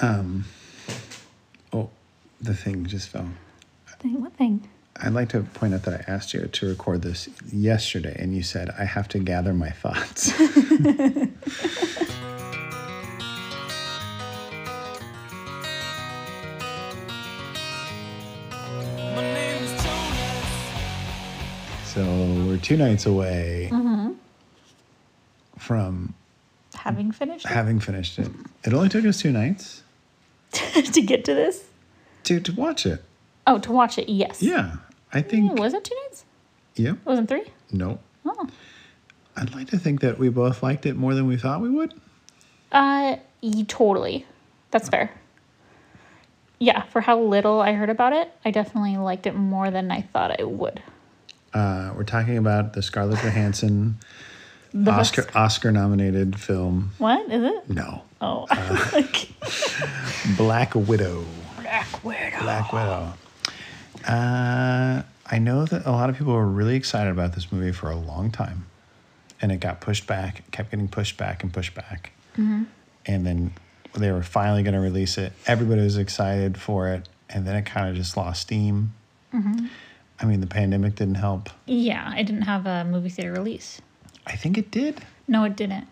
Um, oh, the thing just fell. Thing, what thing? I'd like to point out that I asked you to record this yesterday, and you said, I have to gather my thoughts. My name is Jonas. so we're two nights away from Having finished it? having finished it. It only took us two nights to get to this? to, to watch it. Oh, to watch it, yes. Yeah. I Hmm, think, Was it two nights? yep, It wasn't three? no. Oh. I'd like to think that we both liked it more than we thought we would. Uh, y- totally. That's fair. Yeah, for how little I heard about it, I definitely liked it more than I thought I would. Uh, we're talking about the Scarlett Johansson The Oscar Oscar nominated film. What is it? No, Oh, I was like, Black Widow. Black Widow. Black Widow. Uh, I know that a lot of people were really excited about this movie for a long time, and it got pushed back, kept getting pushed back and pushed back, and then they were finally going to release it. Everybody was excited for it, and then it kind of just lost steam. I mean, the pandemic didn't help. Yeah, I didn't have a movie theater release. I think it did. No, it didn't.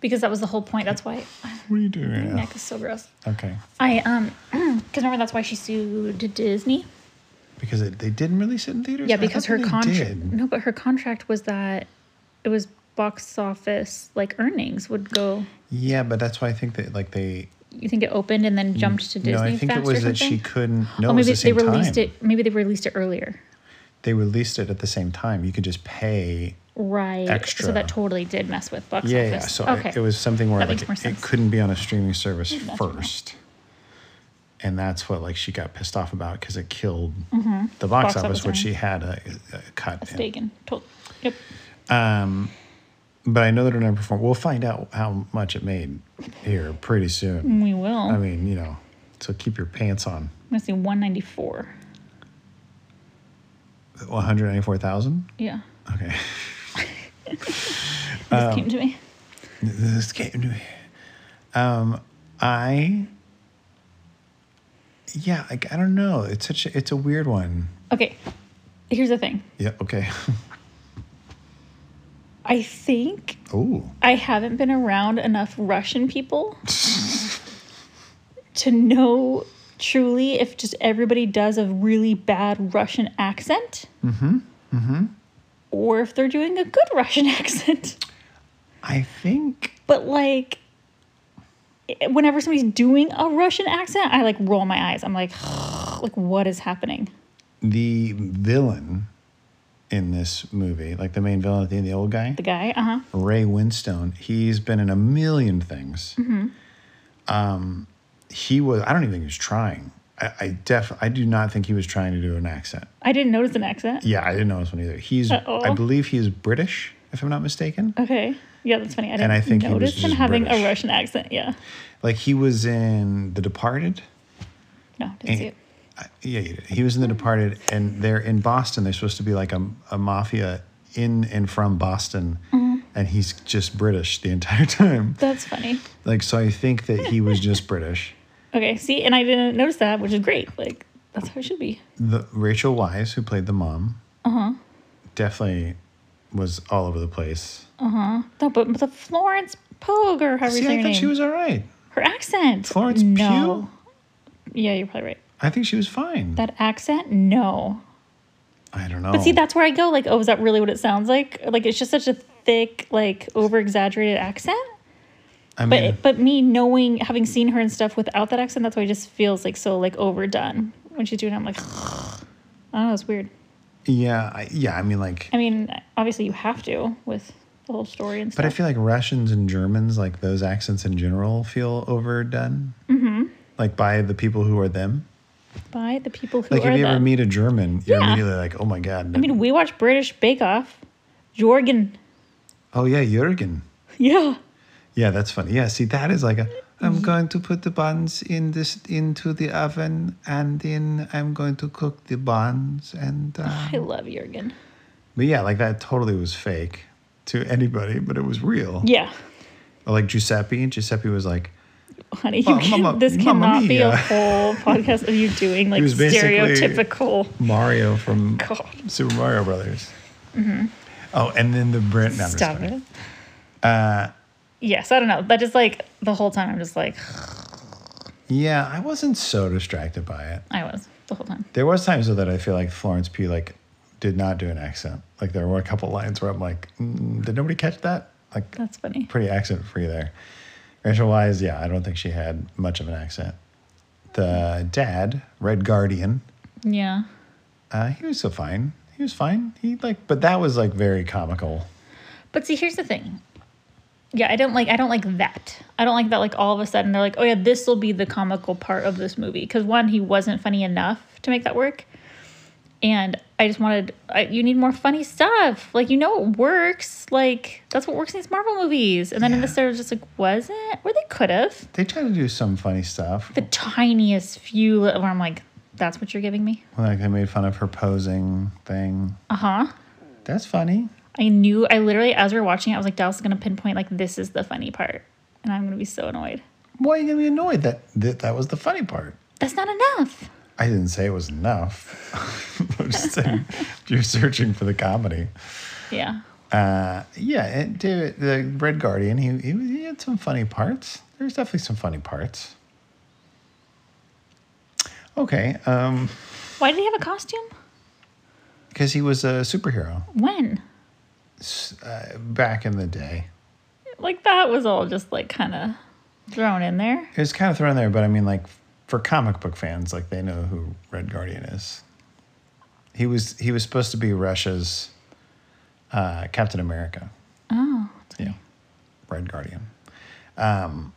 Because that was the whole point. That's why What are you doing right my now? neck is so gross. Okay, I um, because remember that's why she sued Disney. because it, they didn't release it in theaters. Yeah, I thought because her they contract. did. No, but her contract was that it was box office like earnings would go. Yeah, but that's why I think that like they. You think it opened and then jumped to Disney? Mm, no, I think faster it was or that she something? couldn't. No, oh, it was maybe the same they released time. it. Maybe they released it earlier. They released it at the same time. You could just pay. Right. So Extra. that totally did mess with box Yeah, office. yeah. So I- okay. it was something where That like makes more it, sense. it couldn't be on a streaming service That's right. first, and that's what like she got pissed off about because it killed the box, Mm-hmm. Box office, office which earnings. she had a, a cut. a in. steak and told. Yep. But I know that it underperformed. We'll find out how much it made here pretty soon. We will. I mean, you know, so keep your pants on. I'm gonna say 194. 194,000. Yeah. Okay. This Oh. came to me. This game. Um, I. Yeah, like I don't know. It's such. A, it's a weird one. Okay. Here's the thing. Yeah. Okay. I think Oh. I haven't been around enough Russian people to know truly if just everybody does a really bad Russian accent. Mm-hmm. Mm-hmm. Or if they're doing a good Russian accent. I think. But like i- whenever somebody's doing a Russian accent, I like roll my eyes. I'm like, like what is happening? the villain in this movie, like the main villain at the end, the old guy, The guy, uh-huh. Ray Winstone, he's been in a million things. Um, he was, I don't even think he was trying. I, I def, I do not think he was trying to do an accent. I didn't notice an accent. Yeah, I didn't know this one either. He's, I Uh-oh. believe he's British, if I'm not mistaken. Okay. Yeah, that's funny. I didn't I think he was notice him just having British. a Russian accent. Yeah. Like he was in The Departed. No, didn't see And, it. I- yeah, he did. He was in The Departed, and they're in Boston. They're supposed to be like a, a mafia in and from Boston, and he's just British the entire time. That's funny. Like, so I think that he was just British. Okay, see, and I didn't notice that, which is great. Like that's how it should be. The Rachel Wise, who played the mom, Uh-huh. definitely was all over the place. No, but the Florence Pogue or however you See, say I her thought name, she was all right. her accent. Florence no. Yeah, you're probably right. Pugh, I think she was fine. That accent, no. I don't know. But see, that's where I go. Like, oh, is that really what it sounds like? Like, it's just such a thick, like, over exaggerated accent. I But mean, but me knowing, having seen her and stuff without that accent, that's why it just feels like so like overdone when she's doing. it. I'm like, I don't know, it's weird. yeah, I, yeah. I mean, like, I mean, obviously you have to with the whole story and stuff. but I feel like Russians and Germans, like those accents in general, feel overdone. Mm-hmm. Like by the people who are them. by the people who Like are if you ever them. meet a German, you're Yeah. immediately like, oh my god. I mean, we watch British Bake Off. Jorgen. oh yeah, Jürgen. Yeah. Yeah, that's funny. Yeah, see, that is like a. I'm going to put the buns in this into the oven, and then I'm going to cook the buns. And uh, I love Jorgen. but yeah, like that totally was fake to anybody, but it was real. Yeah. Like Giuseppe, Giuseppe was like, honey, Well, you can, Mamma- this Mamma cannot be a Oh, Mia. whole podcast of you doing like was basically- stereotypical. Mario from God. Mm-hmm. Super Mario Brothers. Oh, and then the Brent. No, I'm just Stop it. kidding. Uh, Uh, yes, I don't know, but it's like the whole time I'm just like Yeah, I wasn't so distracted by it. I was the whole time. There was times though that I feel like Florence P. like did not do an accent. Like there were a couple lines where I'm like, mm, did nobody catch that? Like That's funny. pretty accent free there. Rachel Wise, yeah, I don't think she had much of an accent. The dad, Red Guardian, Yeah. uh, he was so fine. He was fine. He like, but that was like very comical. But see, here's the thing. Yeah, I don't like I don't like that. I don't like that like all of a sudden they're like, "Oh yeah, this will be the comical part of this movie." Cuz one, he wasn't funny enough to make that work. And I just wanted I, you need more funny stuff. Like you know it works. Like that's what works in these Marvel movies. And then in Yeah. this there was just like wasn't where they could have They try to do some funny stuff. the tiniest few li- where I'm like, "That's what you're giving me?" Like they made fun of her posing thing. Uh-huh. That's funny. I knew I literally as we were watching it, I was like, "Dallas is going to pinpoint like this is the funny part." And I'm going to be so annoyed. Why are you gonna be annoyed that that, that was the funny part? That's not enough. I didn't say it was enough. I'm just saying if you're searching for the comedy. Yeah. Uh, yeah, and David, the Red Guardian, he, he was- he had some funny parts. There's definitely some funny parts. Okay, um, because Why did he have a costume? he was a superhero When? uh, back in the day. Like that was all just like kind of thrown in there. It was kind of thrown there, but I mean, like for comic book fans, like they know who Red Guardian is. He was he was supposed to be Russia's uh, Captain America. Oh. Yeah. Red Guardian. Um,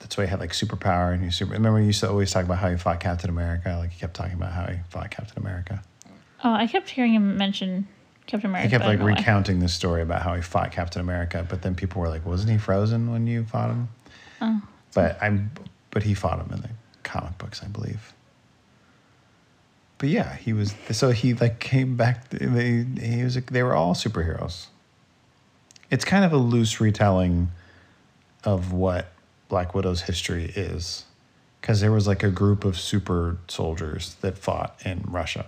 that's why he had like superpower and he was super. Remember, you used to always talk about how he fought Captain America. Like he kept talking about how he fought Captain America. Oh, I kept hearing him mention Captain America. He kept but I like don't know why. recounting this story about how he fought Captain America, but then people were like, "Wasn't he frozen when you fought him?" But I'm, but he fought him in the comic books, I believe. But yeah, he was. So he like came back. They he was. They were all superheroes. It's kind of a loose retelling of what Black Widow's history is, because there was like a group of super soldiers that fought in Russia.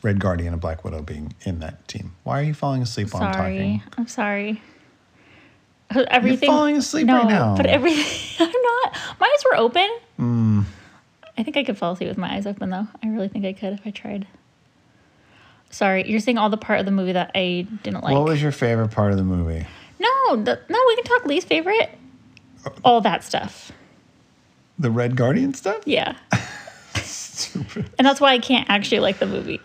Red Guardian and Black Widow being in that team. Why are you falling asleep while I'm talking? Sorry. I'm sorry. Everything. falling asleep no, right now. But everything. I'm not. My eyes were open. Hmm. I think I could fall asleep with my eyes open though. I really think I could if I tried. Sorry, you're seeing all the part of the movie that I didn't like. What was your favorite part of the movie? no, th- no, we can talk least favorite. All that stuff. The Red Guardian stuff? Yeah. Stupid. And that's why I can't actually like the movie.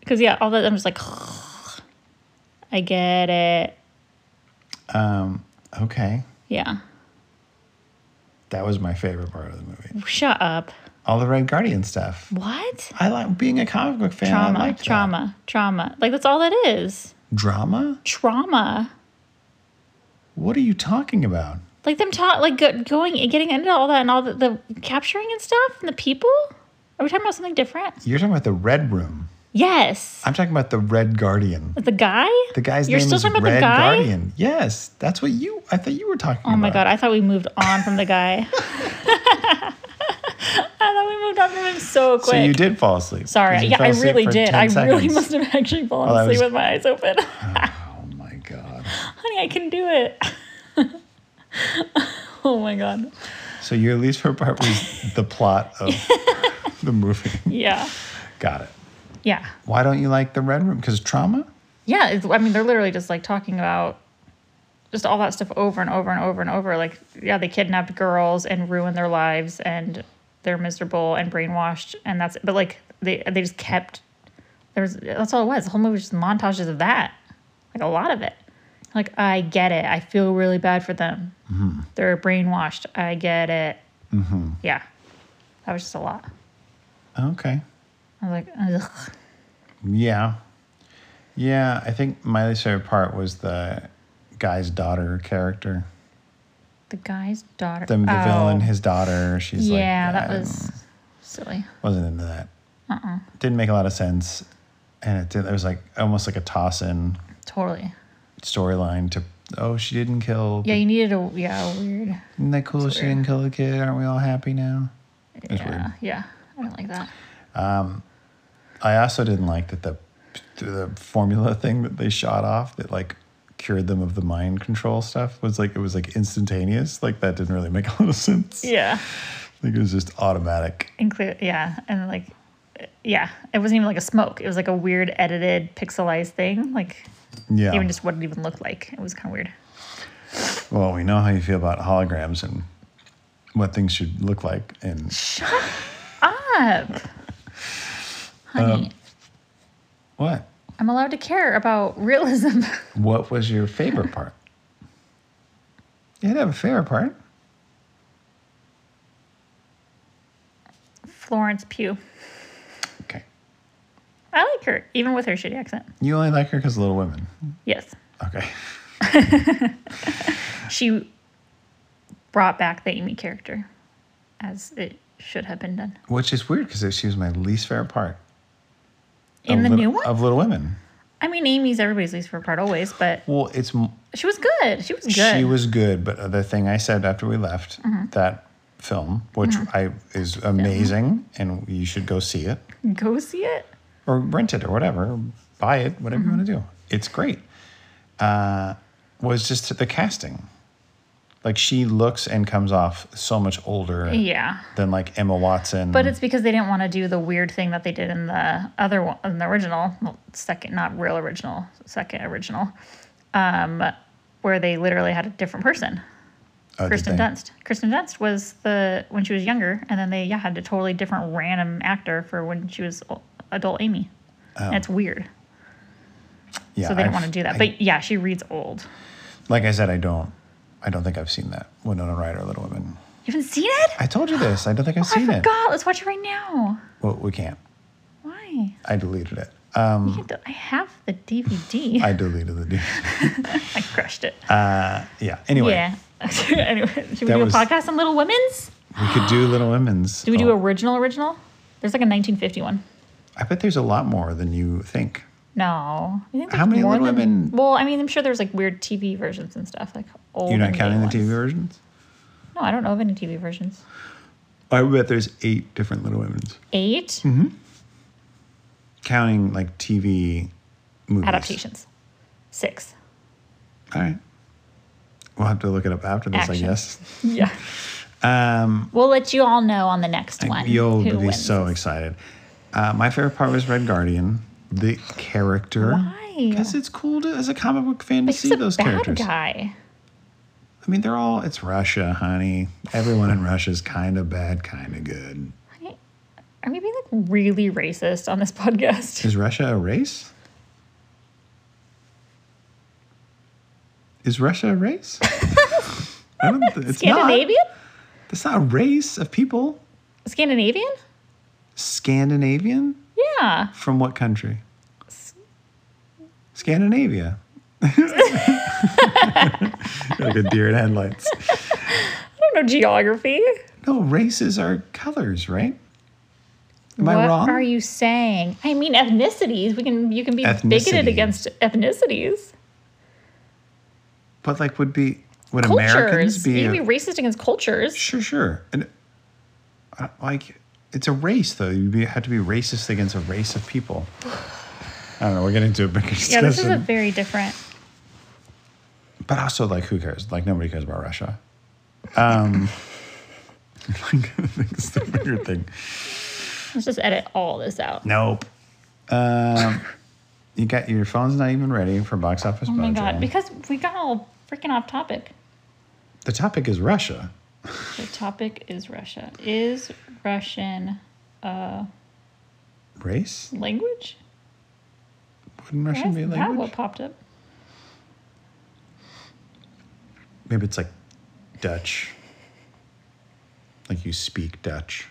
Because, yeah, all that, I'm just like, I get it. Um, Okay. Yeah. That was my favorite part of the movie. Shut up. All the Red Guardian stuff. What? I like being a comic book fan. I Trauma, like that. trauma, trauma. Like, that's all that is. Drama? Trauma. What are you talking about? Like, them ta like, go- going and getting into all that and all the, the capturing and stuff and the people. Are we talking about something different? You're talking about the Red Room. Yes. I'm talking about the Red Guardian. The guy? The guy's You're name still is talking about the Red guy? Guardian. Yes, that's what you. I thought you were talking about. Oh my god, I thought we moved on from the guy. I thought we moved on from him so quick. So you did fall asleep. Sorry. 'Cause you Yeah, fell I asleep really for did. 10 I really seconds. must have actually fallen Oh, that asleep was- with my eyes open. Oh my god. Honey, I can do it. oh my god. So your least favorite part was the plot of the movie. Yeah. Got it. Yeah. Why don't you like the Red Room? Because trauma. Yeah. It's, I mean, they're literally just like talking about just all that stuff over and over and over and over. Like, yeah, they kidnapped girls and ruined their lives and they're miserable and brainwashed and that's but like they they just kept there was that's all it was. The whole movie was just montages of that. Like a lot of it. Like, I get it. I feel really bad for them. Mm-hmm. They're brainwashed. I get it. Yeah. That was just a lot. Okay. I was like, ugh. Yeah. Yeah, I think my least favorite part was the guy's daughter character. The guy's daughter. The, the Oh. villain, his daughter. She's like, yeah, that I was silly. wasn't into that. Uh-uh. Didn't make a lot of sense, and it did. It was like almost like a toss-in Totally. storyline to oh, she didn't kill. Yeah, you needed a yeah a weird. Isn't that cool? She didn't kill the kid. Aren't we all happy now? It's yeah, weird. yeah. I don't like that. I also didn't like that the the formula thing that they shot off that like cured them of the mind control stuff was like it was like instantaneous. Like that didn't really make a lot of sense. Yeah, Like it was just automatic. include yeah, and like yeah, it wasn't even like a smoke. It was like a weird edited pixelized thing. Like Yeah. even just what it even looked like. It was kind of weird. well, we know how you feel about holograms and what things should look like and Up, Um, honey. what? I'm allowed to care about realism. What was your favorite part? You had to have a favorite part. Florence Pugh. Okay. I like her, even with her shitty accent. You only like her because Little Women. Yes. Okay. She brought back the Amy character as it should have been done. Which is weird because she was my least favorite part. In of the Lit- new one? Of Little Women. I mean, Amy's everybody's least favorite part always, but Well, it's m- she was good. She was good. Mm-hmm. she was good, but the thing I said after we left that film, which I is amazing, and you should go see it Go see it. or rent it or whatever, or buy it, whatever you want Mm-hmm. to do. It's great. Uh, was just the casting. Like she looks and comes off so much older Yeah. than like Emma Watson. But it's because they didn't want to do the weird thing that they did in the other one, in the original, well, second, not real original, second original, um, where they literally had a different person. Oh, did Kristen they? Dunst. Kristen Dunst was the when she was younger, and then they yeah had a totally different random actor for when she was o- adult Amy. And it's weird. Oh. Yeah, so they didn't I've- want to do that. I- but yeah, she reads old. like I said, I don't. I don't think I've seen that Winona Ryder, Little Women. You haven't seen it? I told you this. I don't think I've Oh, I seen it. forgot. Let's watch it right now. Well, we can't. Why? I deleted it. You can't do- I have the DVD. I, Um, I deleted the. de- crushed it. yeah. Anyway, yeah. anyway, should we That do was- a podcast on Little Women's? we could do Little Women's. Do we do Oh, original original? There's like a 1951. I bet there's a lot more than you think. No. You think there's How many more Little than- Women- Well, I mean, I'm sure there's like weird TV versions and stuff, like old. You're not and new counting the ones. TV versions. No, I don't know of any TV versions. I bet there's eight different Little Women's, 8 Mm-hmm. counting like TV movies. adaptations. Six. All right. We'll have to look it up after this, I Action. guess. Yeah. Um, we'll let you all know on the next one. You'll who be wins. so excited. Uh, my favorite part was Red Guardian, the character. Why? Because it's cool to, as a comic book fan But to he's see a those bad characters. guy. I mean, they're all, it's Russia, honey. Everyone in Russia's kind of bad, kind of good. Honey, Are we being like really racist on this podcast? Is Russia a race? Is Russia a race? I don't th- it's Scandinavian? not. It's not a race of people. Scandinavian? Scandinavian? Yeah. From what country? Scandinavia. like a deer in headlights. I don't know geography. No, races are colors, right? Am what I wrong? are you saying? I mean ethnicities. We can you can be bigoted Ethnicities. against ethnicities. But like, would be would Americans Cultures. be? you a- can be racist against cultures. Sure, sure. And uh, like, it's a race, though. You be, have to be racist against a race of people. I don't know. We're getting into a bigger Yeah, discussion. this is a very different. but also, like, who cares? Like, nobody cares about Russia. Um, like, I think it's the bigger thing. Let's just edit all this out. Nope. Um, you got your phone's not even ready for box office. Oh my god! Because we got all freaking off topic. the topic is Russia. The topic is Russia. Is Russian Race? language? Wouldn't Why Russian is be a That what language? popped up. Maybe it's like Dutch. Like you speak Dutch.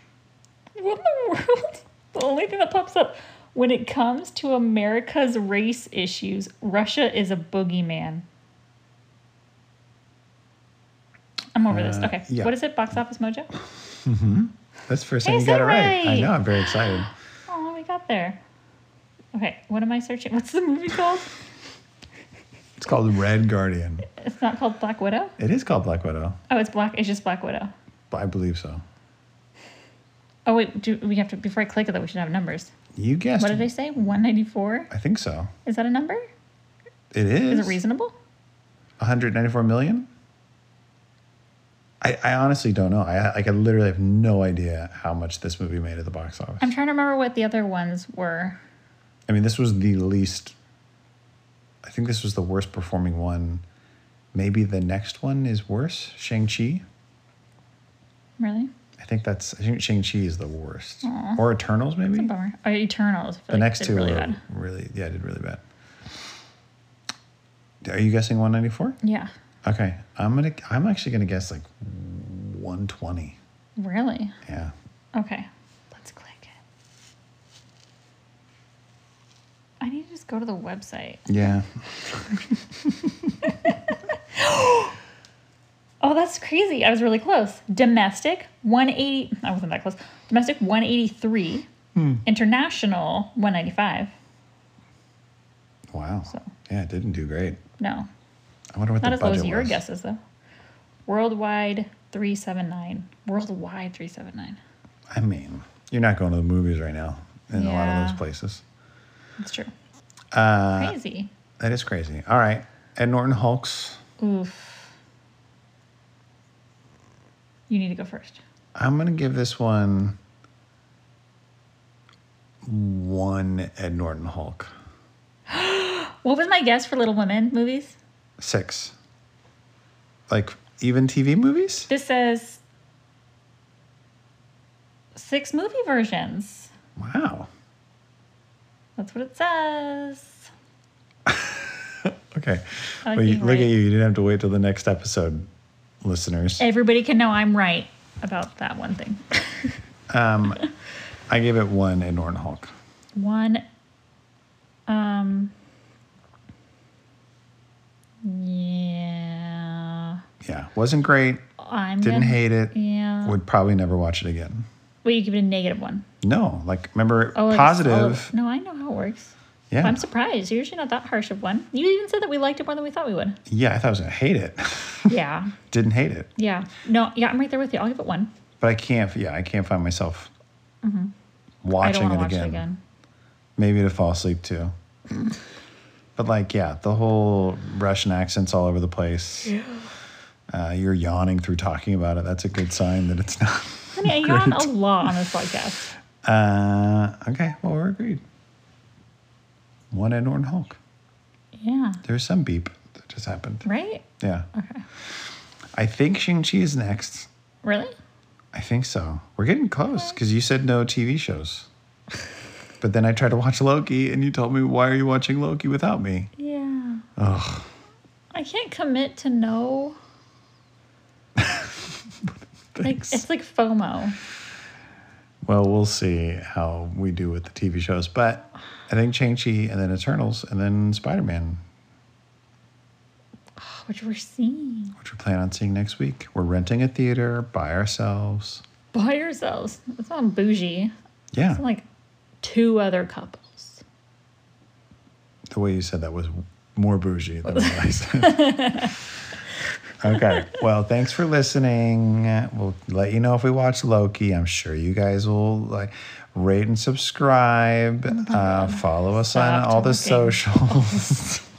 What in the world? The only thing that pops up when it comes to America's race issues, Russia is a boogeyman. I'm over this. Okay. Uh, yeah. What is it? Box Office Mojo? That's the first Hey, thing you got it right. I Samurai! know. I'm very excited. Oh, we got there. Okay. What am I searching? What's the movie called? It's called Red Guardian. It's not called Black Widow. It is called Black Widow, Oh, it's black. It's just Black Widow. but I believe so. Oh wait, do we have to? Before I click it, though, we should have numbers. You guessed. What did I say? One ninety four. I think so. Is that a number? It is. Is it reasonable? 194 million? I, I honestly don't know. I like I literally have no idea how much this movie made at the box office. I'm trying to remember what the other ones were. I mean, this was the least. I think this was the worst performing one. Maybe the next one is worse. Shang Chi. Really? I think that's. I think Shang Chi is the worst. Or Eternals, maybe. It's a bummer. Oh, Eternals. I feel The like next did two really were bad. really. Yeah, did really bad. Are you guessing 194? Yeah. Okay, I'm gonna. I'm actually gonna guess like 120. Really? Yeah. Okay. Let's click it. I need to just go to the website. Yeah. Oh, that's crazy. I was really close. Domestic 180. I wasn't that close. Domestic 183. Hmm. International 195. Wow. So- Yeah, it didn't do great. No. I wonder what Not the as low budget as your was. guesses, though. Worldwide 379. Worldwide 379. I mean, you're not going to the movies right now in a lot Yeah. of those places. Uh, That's true. Crazy. That is crazy. All right. Ed Norton Hulks. Oof. You need to go first. I'm going to give this one one Ed Norton Hulk. What was my guess for Little Women movies? Six. Like, even TV movies? This says six movie versions. Wow. That's what it says. Okay. I like Well, you- being look at right. you. You didn't have to wait till the next episode, listeners. Everybody can know I'm right about that one thing. Um, I gave it one Ed Norton Hulk. One. Um. Yeah. Yeah. Wasn't great. I'm Didn't gonna- hate it. Yeah. Would probably never watch it again. Wait, you give it a negative one. No, like remember Oh, it's all of- positive. No, I know how it works. Yeah. I'm surprised. You're usually not that harsh of one. You even said that we liked it more than we thought we would. yeah, I thought I was gonna hate it. yeah. Didn't hate it, Yeah. No, yeah, I'm right there with you. I'll give it one. but I can't. Yeah, I can't find myself I don't watching want to it, Mm-hmm. watch again. it again. Maybe to fall asleep too. but like, yeah, the whole Russian accents all over the place. Uh, you're yawning through talking about it. That's a good sign that it's not. Honey, I yawn a lot on this podcast. Uh, okay, well we're agreed. One Ed Norton Hulk. Yeah. There's some beep that just happened. Right? Yeah. Okay. I think Shang Chi is next. Really? I think so. We're getting close because you said no TV shows. but then I tried to watch Loki and you told me, why are you watching Loki without me? Yeah. Ugh. I can't commit to no. like, it's like FOMO. Well, we'll see how we do with the TV shows. But I think Shang-Chi and then Eternals and then Spider-Man, Which we're seeing which we plan on seeing next week. We're renting a theater by ourselves. by ourselves. It's not bougie. Yeah. It's like two other couples. the way you said that was more bougie than what I said. okay. Well, thanks for listening. We'll let you know if we watch Loki. I'm sure you guys will like rate and subscribe. Uh, follow us on Stop all the talking. socials.